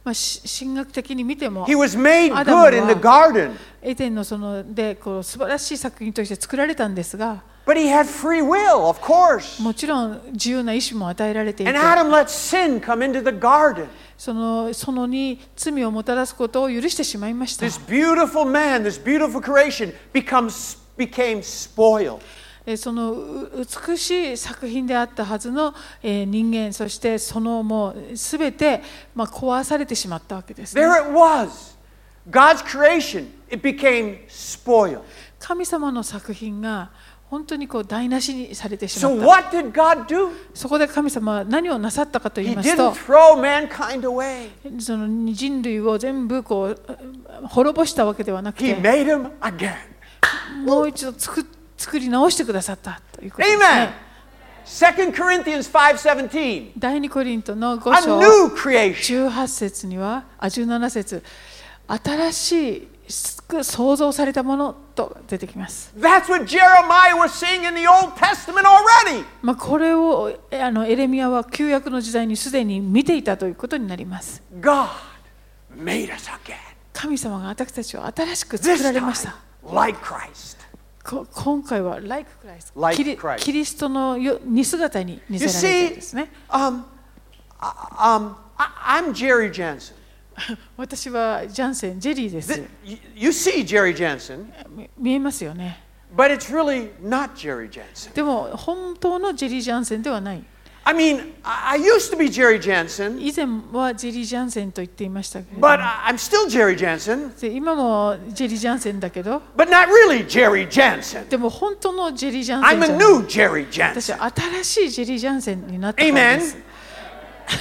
Speaker 2: まあ、し神学的に見ても
Speaker 1: He was made
Speaker 2: Adam
Speaker 1: good in the
Speaker 2: は
Speaker 1: garden,
Speaker 2: エデンのそのでこう素晴らしい作品として作られたんですが
Speaker 1: but he had free will, of course.
Speaker 2: もちろん自由な意志も与えられていて
Speaker 1: And Adam let sin come into the garden.
Speaker 2: そのそのに罪をもたらすことを許してしまいました
Speaker 1: This beautiful man, this beautiful creation, becomes, became spoiled.
Speaker 2: えーそのう美しい作品であったはずのえー人間そしてそのもうすべてまあ壊されてしまったわけです、ね、
Speaker 1: There it was. God's creation, it became spoiled.
Speaker 2: 神様の作品が本当にこう台無しにされてし
Speaker 1: So
Speaker 2: まっ
Speaker 1: what
Speaker 2: た
Speaker 1: did God do?
Speaker 2: そこで神様は何をなさったかと言
Speaker 1: He
Speaker 2: います
Speaker 1: didn't
Speaker 2: と
Speaker 1: throw mankind away.
Speaker 2: その人類を全部こうあ滅ぼしたわけではなく
Speaker 1: He
Speaker 2: て
Speaker 1: made him again.
Speaker 2: もう一度作作り直してくださったということです、
Speaker 1: Amen.
Speaker 2: ね、
Speaker 1: 2 Corinthians 5:17.
Speaker 2: 第2コリントの5
Speaker 1: A
Speaker 2: 章
Speaker 1: new creation.
Speaker 2: 18節にはあ17節新しい創造されたものと出てきます、
Speaker 1: That's what Jeremiah was seeing in the Old Testament already.
Speaker 2: まあ、これをえあのエレミアは旧約の時代にすでに見ていたということになります
Speaker 1: God made us again.
Speaker 2: 神様が私たちを新しく
Speaker 1: This
Speaker 2: 作られました
Speaker 1: time, like Christ.
Speaker 2: こ今回は Like Christ,
Speaker 1: Like
Speaker 2: キリ
Speaker 1: Christ
Speaker 2: キリストのよ似姿に似
Speaker 1: You
Speaker 2: せられた
Speaker 1: see,
Speaker 2: んですね
Speaker 1: um, I- um, I, I'm Jerry Jansen.
Speaker 2: 私はジャンセンジェリーです
Speaker 1: Th- you- you see Jerry Jansen,
Speaker 2: み見えますよね
Speaker 1: but it's really not Jerry Jansen.
Speaker 2: でも本当のジェリー・ジャンセンではない
Speaker 1: I mean, I, I used to be Jerry Jansen,
Speaker 2: 以前はジェリー・ジャンセンと言っていましたけれども
Speaker 1: but I, I'm still Jerry Jansen,
Speaker 2: で今もジェリー・ジャンセンだけど
Speaker 1: but not really Jerry Jansen.
Speaker 2: でも本当のジェリー・ジャンセ
Speaker 1: I'm
Speaker 2: ンじゃ
Speaker 1: a
Speaker 2: ない
Speaker 1: new Jerry
Speaker 2: 私
Speaker 1: Jansen.
Speaker 2: は新しいジェリー・ジャンセンになったから
Speaker 1: Amen.
Speaker 2: です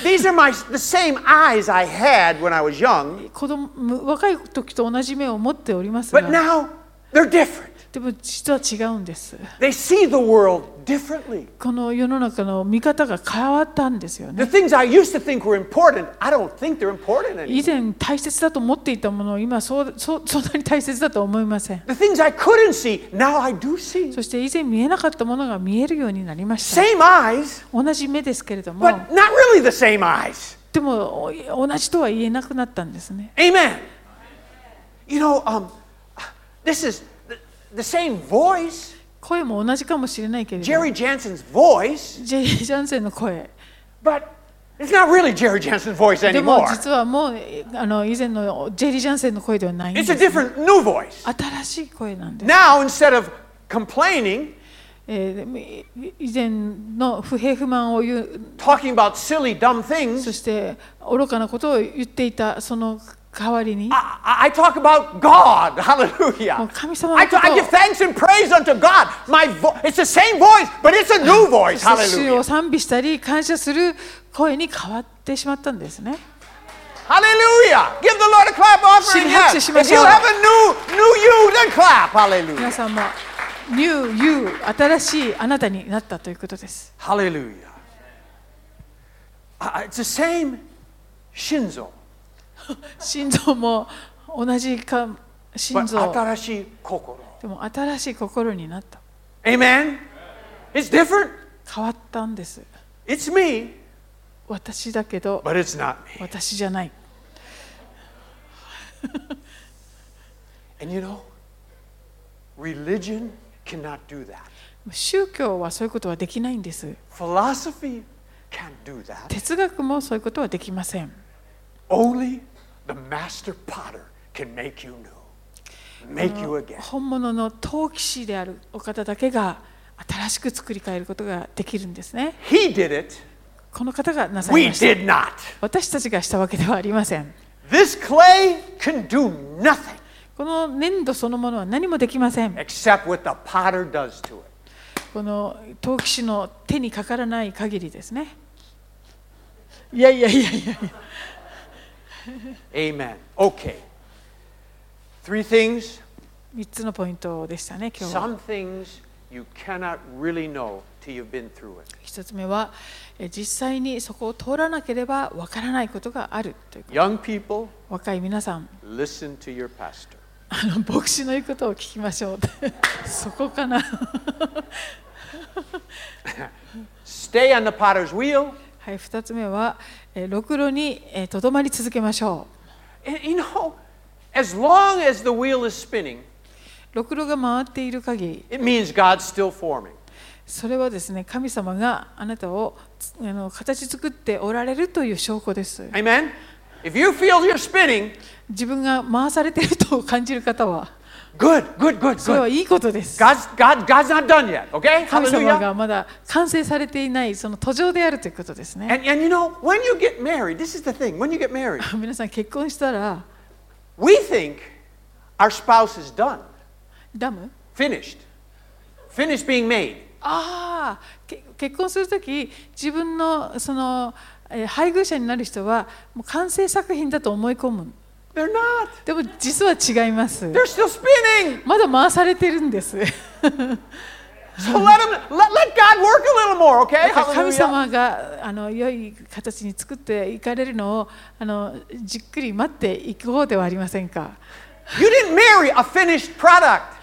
Speaker 1: These are my the same eyes I had when I was young,
Speaker 2: 子供若い時と同じ目を持っております
Speaker 1: but
Speaker 2: が
Speaker 1: now they're different.
Speaker 2: でも実は違うんです
Speaker 1: They see the world differently.
Speaker 2: この世の中の見方が変わったんですよ
Speaker 1: The
Speaker 2: ね
Speaker 1: things I used to think were important, I don't think they're important anymore.
Speaker 2: 以前大切だと思っていたものを今そうそうそんなに大切だとは思いません
Speaker 1: The things I couldn't see, now I do see.
Speaker 2: そして以前見えなかったものが見えるようになりました
Speaker 1: Same eyes,
Speaker 2: 同じ目ですけれども
Speaker 1: but not really the same eyes.
Speaker 2: でもお同じとは言えなくなったんですね
Speaker 1: Amen. You know, um, this is the, the same voice,
Speaker 2: 声も同じかもしれないけれども
Speaker 1: Jerry Jansen's voice,
Speaker 2: ジェリー・ジャンセンの声
Speaker 1: but it's not really Jerry Jansen's voice
Speaker 2: でも
Speaker 1: anymore.
Speaker 2: 実はもうえあの以前のジェリー・ジャンセンの声ではないんで
Speaker 1: It's
Speaker 2: す
Speaker 1: a different new voice.
Speaker 2: 新しい声なんです、
Speaker 1: Now, instead of complaining,
Speaker 2: えーでもい以前の不平不満を言う
Speaker 1: talking about silly, dumb
Speaker 2: そ
Speaker 1: things,
Speaker 2: して愚かなことを言っていたその代わりに
Speaker 1: I, I- I talk about God.
Speaker 2: もう
Speaker 1: Hallelujah.
Speaker 2: 神様
Speaker 1: I,
Speaker 2: のこ
Speaker 1: t-
Speaker 2: と
Speaker 1: I
Speaker 2: を
Speaker 1: give thanks and praise unto God. My vo- it's the same voice, but it's a new voice.
Speaker 2: そして主
Speaker 1: Hallelujah.
Speaker 2: を賛美したり感謝する声に変わってしまったんですね
Speaker 1: Hallelujah. Give the Lord a clap offering.
Speaker 2: Silencio,
Speaker 1: Yes.
Speaker 2: si me
Speaker 1: If you
Speaker 2: sobra.
Speaker 1: have a new new you, then clap.
Speaker 2: 皆
Speaker 1: Hallelujah.
Speaker 2: さんも New You 新しいあなたになったということです
Speaker 1: Hallelujah. Uh, it's the same Shinzo,
Speaker 2: 心臓も同じか心
Speaker 1: but
Speaker 2: 臓
Speaker 1: atarashi kokoro.
Speaker 2: でも新しい心になった
Speaker 1: Amen. It's different.
Speaker 2: 変わったんです
Speaker 1: It's me,
Speaker 2: 私だけど
Speaker 1: but it's not me.
Speaker 2: 私じゃない
Speaker 1: And you know, religion cannot do that.
Speaker 2: 宗教はそういうことはできないんです
Speaker 1: Philosophy can't do that.
Speaker 2: 哲学もそういうことはできません
Speaker 1: Only the master potter can make you new, make you again.
Speaker 2: 本物の陶器師であるお方だけが新しく作り変えることができるんですね
Speaker 1: He did it.
Speaker 2: この方がなさい
Speaker 1: We
Speaker 2: ました
Speaker 1: did not.
Speaker 2: 私たちがしたわけではありません
Speaker 1: This clay can do nothing
Speaker 2: この粘土そのものは何もできません
Speaker 1: except what the potter does to it.
Speaker 2: この陶器師の手にかからない限りですねいやいやいやいや
Speaker 1: Amen. Okay. Three things.
Speaker 2: 3つのポイントでしたね今日は
Speaker 1: Some things you cannot really know till you've been through it.
Speaker 2: 一つ目はえ実際にそこを通らなければわからないことがあるということ
Speaker 1: Young people,
Speaker 2: 若い皆さん
Speaker 1: listen to your pastor.
Speaker 2: あの牧師の言うことを聞きましょう そこかな
Speaker 1: Stay on the potter's wheel.
Speaker 2: ははい、2つ目は、えーろくろにえーとどまり続けましょ
Speaker 1: And, you know, as long as the wheel is spinning,
Speaker 2: う。ろくろが回っている限り、
Speaker 1: it means God's still forming.
Speaker 2: それはですね、神様があなたをつあの形作っておられるという証拠です。
Speaker 1: Amen? If you feel you're spinning,
Speaker 2: 自分が回されていると感じる方は、
Speaker 1: good, good, good,
Speaker 2: それは
Speaker 1: good.
Speaker 2: いいことです。
Speaker 1: God's, God, God's not done yet, okay?
Speaker 2: 神様
Speaker 1: Hallelujah.
Speaker 2: がまだ完成されていない、その途上であるということですね。
Speaker 1: And, and you know, when you get married, this is the thing when you get married,
Speaker 2: 皆さん、結婚したら、
Speaker 1: we think our spouse is done,
Speaker 2: ダム
Speaker 1: finished, finished being made.
Speaker 2: ああけ結婚するとき自分のその、えー配偶者になる人はもう完成作品だと思い込む
Speaker 1: They're not.
Speaker 2: でも実は違います
Speaker 1: They're still spinning.
Speaker 2: まだ回されてるん です
Speaker 1: So let, him, let, let God work a little more, okay?
Speaker 2: 神
Speaker 1: Hallelujah.
Speaker 2: 様があの良い形に作っていかれるのをあのじっくり待っていく方ではありませんか
Speaker 1: You didn't marry a finished product.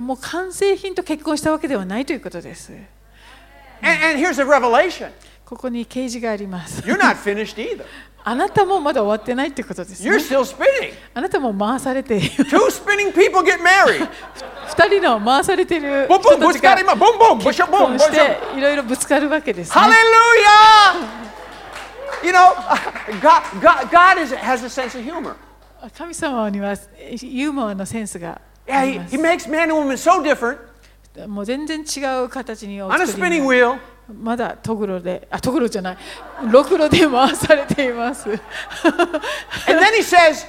Speaker 2: もう完成品と結婚したわけではないということです
Speaker 1: And, and here's a revelation
Speaker 2: ここに掲示があります
Speaker 1: you're not finished either.
Speaker 2: あなたもまだ終わってないということです、ね
Speaker 1: You're、still spinning.
Speaker 2: あなたも回されている
Speaker 1: Two spinning people get married.
Speaker 2: 二人の回されている
Speaker 1: Boom,
Speaker 2: 人
Speaker 1: boom,
Speaker 2: た
Speaker 1: ぶ
Speaker 2: ち
Speaker 1: つか
Speaker 2: が
Speaker 1: りま、ボンボン、ぶしょ
Speaker 2: 結
Speaker 1: ボン、
Speaker 2: 婚
Speaker 1: ぶし
Speaker 2: し
Speaker 1: ょ。
Speaker 2: ていろいろぶつかるわけです、ね。
Speaker 1: Hallelujah! You know, God, God, God is, has a sense of humor.
Speaker 2: 神様にはユーモアのセンスが
Speaker 1: Yeah,
Speaker 2: あり
Speaker 1: he,
Speaker 2: ま
Speaker 1: he
Speaker 2: す。
Speaker 1: makes man and woman so different
Speaker 2: もう全然違う形にお
Speaker 1: on a
Speaker 2: 作り
Speaker 1: spinning
Speaker 2: にな
Speaker 1: wheel.
Speaker 2: まだトグロで、あ、トグロじゃない、ろくろで回されてい ます。
Speaker 1: And then he says,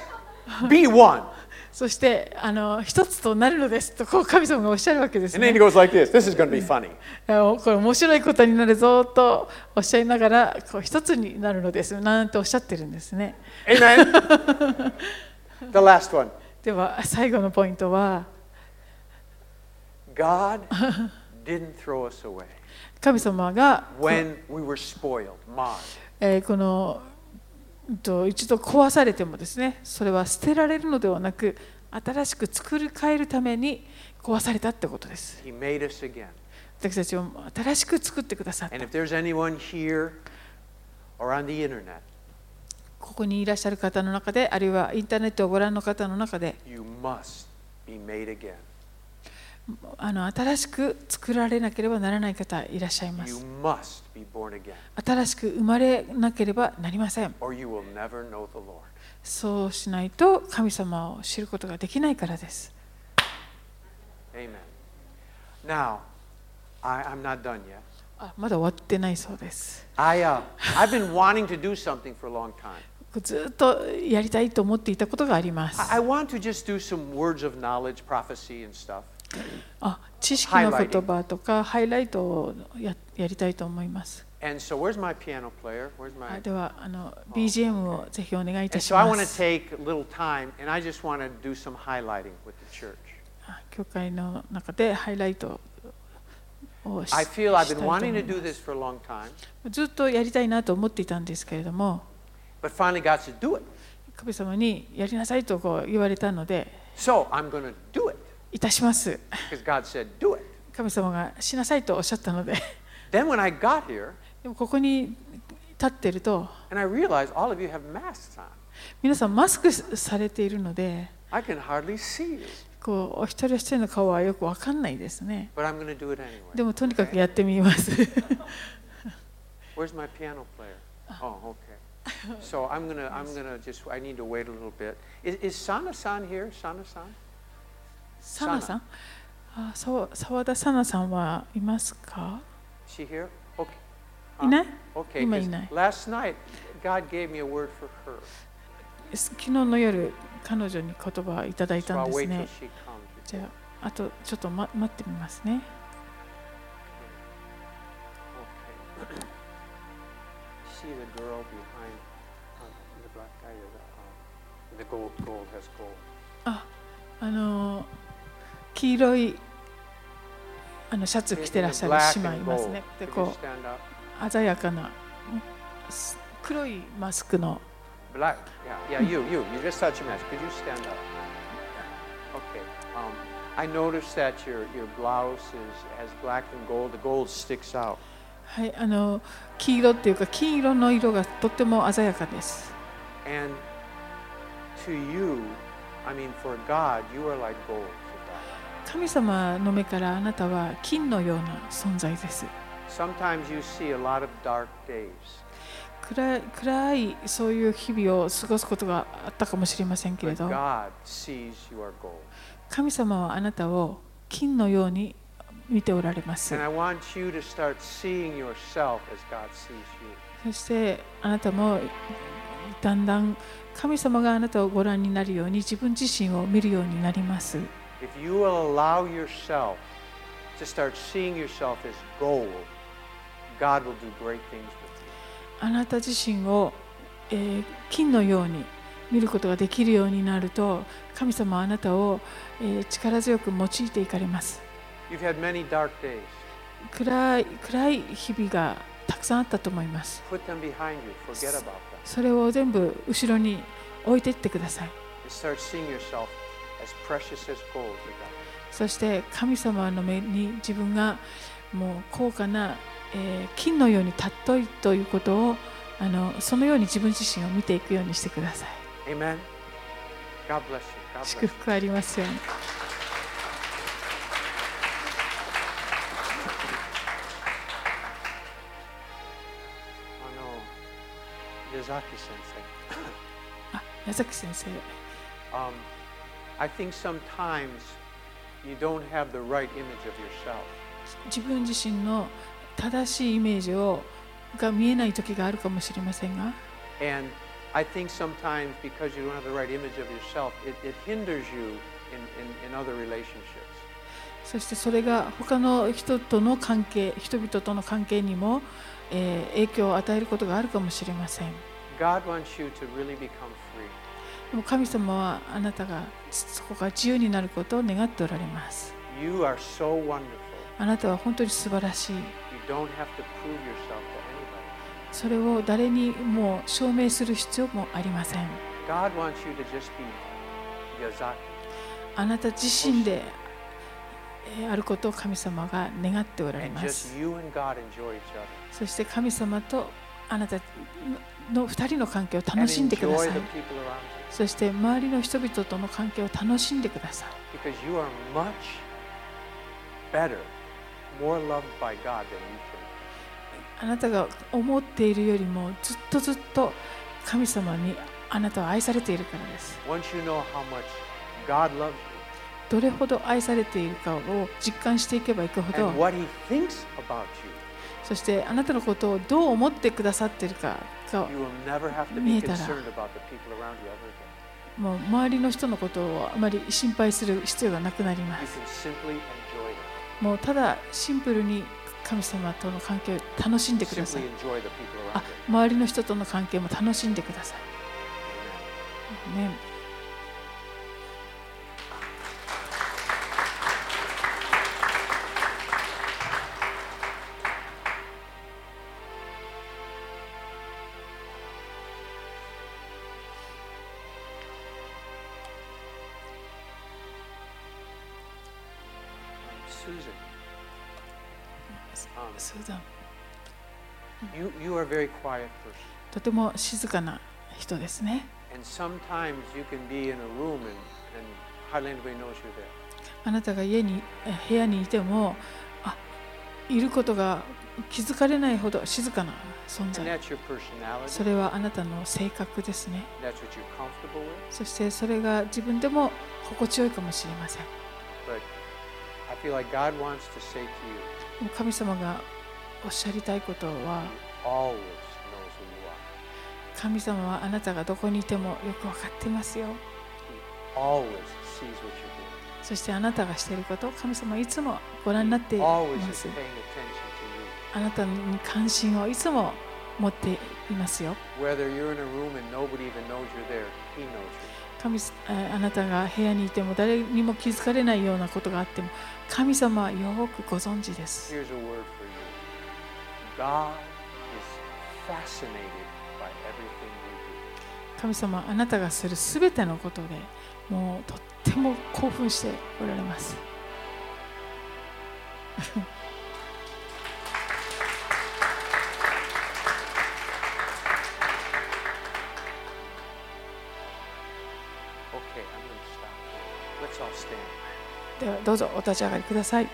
Speaker 1: Be one.
Speaker 2: そしてあの一つとなるのですとこう神様がおっしゃるわけです
Speaker 1: And then
Speaker 2: ね。
Speaker 1: he goes like this This is going to be funny.
Speaker 2: あこれ面白いことになるぞとおっしゃいながらこう一つになるのですなんておっしゃってるんですね。
Speaker 1: Amen? the last one
Speaker 2: では最後のポイントは
Speaker 1: God didn't throw us away
Speaker 2: 神様が
Speaker 1: when we were spoiled, marred.
Speaker 2: えーこの、うんと、一度壊されてもですねそれは捨てられるのではなく新しく作り変えるために壊されたってことです
Speaker 1: He made us again.
Speaker 2: 私たちを新しく作ってくださっ
Speaker 1: And
Speaker 2: た
Speaker 1: if there's anyone here or on the internet,
Speaker 2: ここにいらっしゃる方の中であるいはインターネットをご覧の方の中で
Speaker 1: you must be made again.
Speaker 2: あの新しく作られなければならない方いらっしゃいま
Speaker 1: You
Speaker 2: す
Speaker 1: must be born again,
Speaker 2: 新しく生まれなければなりません
Speaker 1: or you will never know the Lord.
Speaker 2: そうしないと神様を知ることができないからです
Speaker 1: Amen. Now, I, I'm not done yet.
Speaker 2: あまだ終わってないそうです
Speaker 1: I, uh, I've been wanting to do something for a long time.
Speaker 2: ずっとやりたいと思っていたことがあります
Speaker 1: I, I want to just do some words of knowledge, prophecy, and stuff.
Speaker 2: あ知識の言葉とかハイライトをややりたいと思います。
Speaker 1: And so, where's my piano player? Where's
Speaker 2: あ
Speaker 1: my.
Speaker 2: ではあの BGM をぜひお願いいた
Speaker 1: And
Speaker 2: し
Speaker 1: so, I
Speaker 2: ま
Speaker 1: want to
Speaker 2: す。
Speaker 1: take a little time and I just want to do some highlighting with the church.
Speaker 2: あ教会の中でハイライトをし
Speaker 1: I
Speaker 2: したい
Speaker 1: feel
Speaker 2: と
Speaker 1: I've been
Speaker 2: 思
Speaker 1: wanting to
Speaker 2: い
Speaker 1: do
Speaker 2: ま
Speaker 1: this for a long time,
Speaker 2: すずっとやりたいなと思っていたんですけれども
Speaker 1: but finally, God said, do it.
Speaker 2: 神様にやりなさいとこう言われたので
Speaker 1: So, I'm going to do it
Speaker 2: いたします。
Speaker 1: because God said, do it.
Speaker 2: 神様がしなさいとおっしゃったので
Speaker 1: Then, when I got here,
Speaker 2: でもここに立ってると
Speaker 1: and I realized all of you have masks on,
Speaker 2: 皆さんマスクされているので
Speaker 1: I can hardly see you,
Speaker 2: こうお一人お一人の顔はよくわかんないですね。
Speaker 1: but I'm going to do it anyway.
Speaker 2: でもとにかくやってみます。
Speaker 1: Where's my piano player? Oh, okay. So I'm gonna, I'm gonna just, I need to wait a little bit. Is, is Sana-san here? Sana-san?
Speaker 2: サナさん、あ、そう澤田サナさんはいますか？
Speaker 1: She here? Okay.
Speaker 2: いない？
Speaker 1: Okay.
Speaker 2: 今
Speaker 1: 'cause
Speaker 2: いない。
Speaker 1: Last night, God gave me a word for her.
Speaker 2: 昨日の夜彼女に言葉をいただい
Speaker 1: So
Speaker 2: たん
Speaker 1: I'll
Speaker 2: です
Speaker 1: wait till
Speaker 2: ね。
Speaker 1: she comes.
Speaker 2: じゃああとちょっと、ま、待ってみますね。
Speaker 1: Okay. See the girl behind um, the black guy. uh, The gold, gold has gold.
Speaker 2: あ、あのー黄色いあのシャツ着てらっしゃる
Speaker 1: Black
Speaker 2: 姉
Speaker 1: and
Speaker 2: 妹いますね
Speaker 1: gold.。
Speaker 2: で
Speaker 1: Could you
Speaker 2: こ
Speaker 1: stand up?
Speaker 2: う鮮やかなす黒いマスクの
Speaker 1: Black. Yeah, yeah, you, you. You just touched your mask. Could you stand up? Okay. Um, I noticed that your, your blouse is, has black and gold. The gold sticks out.
Speaker 2: はい、あの黄色っていうか金色の色がとっても鮮やかです。
Speaker 1: And to you, I mean, for God, you are like gold. Saddam.
Speaker 2: 神様の目からあなたは金のような存在です。
Speaker 1: Sometimes you see a lot of dark days.
Speaker 2: 暗い暗いそういう日々を過ごすことがあったかもしれませんけれ
Speaker 1: But
Speaker 2: ど、
Speaker 1: God sees you are gold.
Speaker 2: 神様はあなたを金のように見ておられます。
Speaker 1: And I want you to start seeing yourself as God sees you.
Speaker 2: そしてあなたもだんだん神様があなたをご覧になるように自分自身を見るようになります。
Speaker 1: If you will allow yourself to start seeing yourself as gold, God will do great things with you.
Speaker 2: あなた自身を、えー金のように見ることができるようになると神様はあなたを、えー力強く用いていかれます。
Speaker 1: You've had many dark days.
Speaker 2: 暗い暗い日々がたくさんあったと思います。
Speaker 1: Put them behind you. Forget about them.
Speaker 2: それを全部後ろに置いていってください。
Speaker 1: And start seeing yourself as precious as gold to God.
Speaker 2: そして神様の目に自分がもう高価な、えー金のように尊いということをあのそのように自分自身を見ていくようにしてください
Speaker 1: Amen. God bless you. God bless
Speaker 2: 祝
Speaker 1: you.
Speaker 2: 福ありますように
Speaker 1: Oh no. Yazaki sensei.
Speaker 2: あ矢崎先生
Speaker 1: Um, I think sometimes you don't have the right image of yourself.
Speaker 2: 自分自身の正しいイメージをが見えない時があるかもしれませんが
Speaker 1: And I think sometimes because you don't have the right image of yourself, it, it hinders you in, in, in other relationships.
Speaker 2: そしてそれが他の人との関係人々との関係にも、えー影響を与えることがあるかもしれません
Speaker 1: God wants you to really become free.
Speaker 2: でも神様はあなたがそこが自由になることを願っておられます。
Speaker 1: You are so wonderful.
Speaker 2: あなたは本当に素晴らしい。
Speaker 1: You don't have to prove yourself to
Speaker 2: それを誰にもう証明する必要もありません。
Speaker 1: anybody. God wants you to just be Yazaki.
Speaker 2: あなた自身でえーあることを神様が願っておられ
Speaker 1: And
Speaker 2: ま
Speaker 1: just
Speaker 2: す。
Speaker 1: you and God enjoy each other.
Speaker 2: そして神様とあなたの2人の関係を
Speaker 1: And
Speaker 2: 楽しんでくだ
Speaker 1: enjoy
Speaker 2: さい
Speaker 1: the。people around you.
Speaker 2: そして周りの人々との関係を楽しんでください。
Speaker 1: Because you are much better, more loved by God than you think.
Speaker 2: あなたが思っているよりもずっとずっと神様にあなたは愛されているからです。
Speaker 1: Once you know how much God loves you
Speaker 2: どれほど愛されているかを実感していけばいくほ
Speaker 1: and
Speaker 2: ど
Speaker 1: what He thinks about you,
Speaker 2: そしてあなたのことをどう思ってくださっているかが
Speaker 1: you will never have to be concerned about the people around you ever again.
Speaker 2: もう周りの人のことをあまり心配する必要がなくなりま
Speaker 1: You
Speaker 2: す
Speaker 1: can simply enjoy it.
Speaker 2: もうただシンプルに神様との関係を楽しんでください
Speaker 1: Simply enjoy the people
Speaker 2: あ
Speaker 1: around you.
Speaker 2: 周りの人との関係も楽しんでくださ
Speaker 1: Amen.
Speaker 2: いね
Speaker 1: Um, Susan, Um,
Speaker 2: スーザン
Speaker 1: you, you are a very quiet person.
Speaker 2: とても静かな人ですね
Speaker 1: And sometimes you can be in a room and, and hardly anybody knows you're there.
Speaker 2: あなたが家にえ部屋にいてもあいることが気づかれないほど静かな存
Speaker 1: And
Speaker 2: 在
Speaker 1: that's your personality.
Speaker 2: それはあなたの性格ですね
Speaker 1: That's what you're comfortable with.
Speaker 2: そしてそれが自分でも心地よいかもしれません
Speaker 1: But I feel like God wants to say to you,
Speaker 2: でも神様がおっしゃりたいことは
Speaker 1: He always knows who you are.
Speaker 2: 神様はあなたがどこにいてもよく分かってますよ
Speaker 1: He always sees what you're
Speaker 2: そしてあなたがしていることを神様はいつもご覧になってい
Speaker 1: doing.
Speaker 2: ま
Speaker 1: Always is
Speaker 2: す
Speaker 1: paying attention to
Speaker 2: あなたに関心をいつも持っていますよ
Speaker 1: you. Whether you're in a room and nobody even knows you're there, He knows you.
Speaker 2: 神すえーあなたが部屋にいても誰にも気づかれないようなことがあっても神様はよくご存知です
Speaker 1: Here's a word for you. God is fascinated by everything you
Speaker 2: 神様はあなたがするすべてのことでもうとっても興奮しておられます
Speaker 1: do.
Speaker 2: ではどうぞお立ち上がりください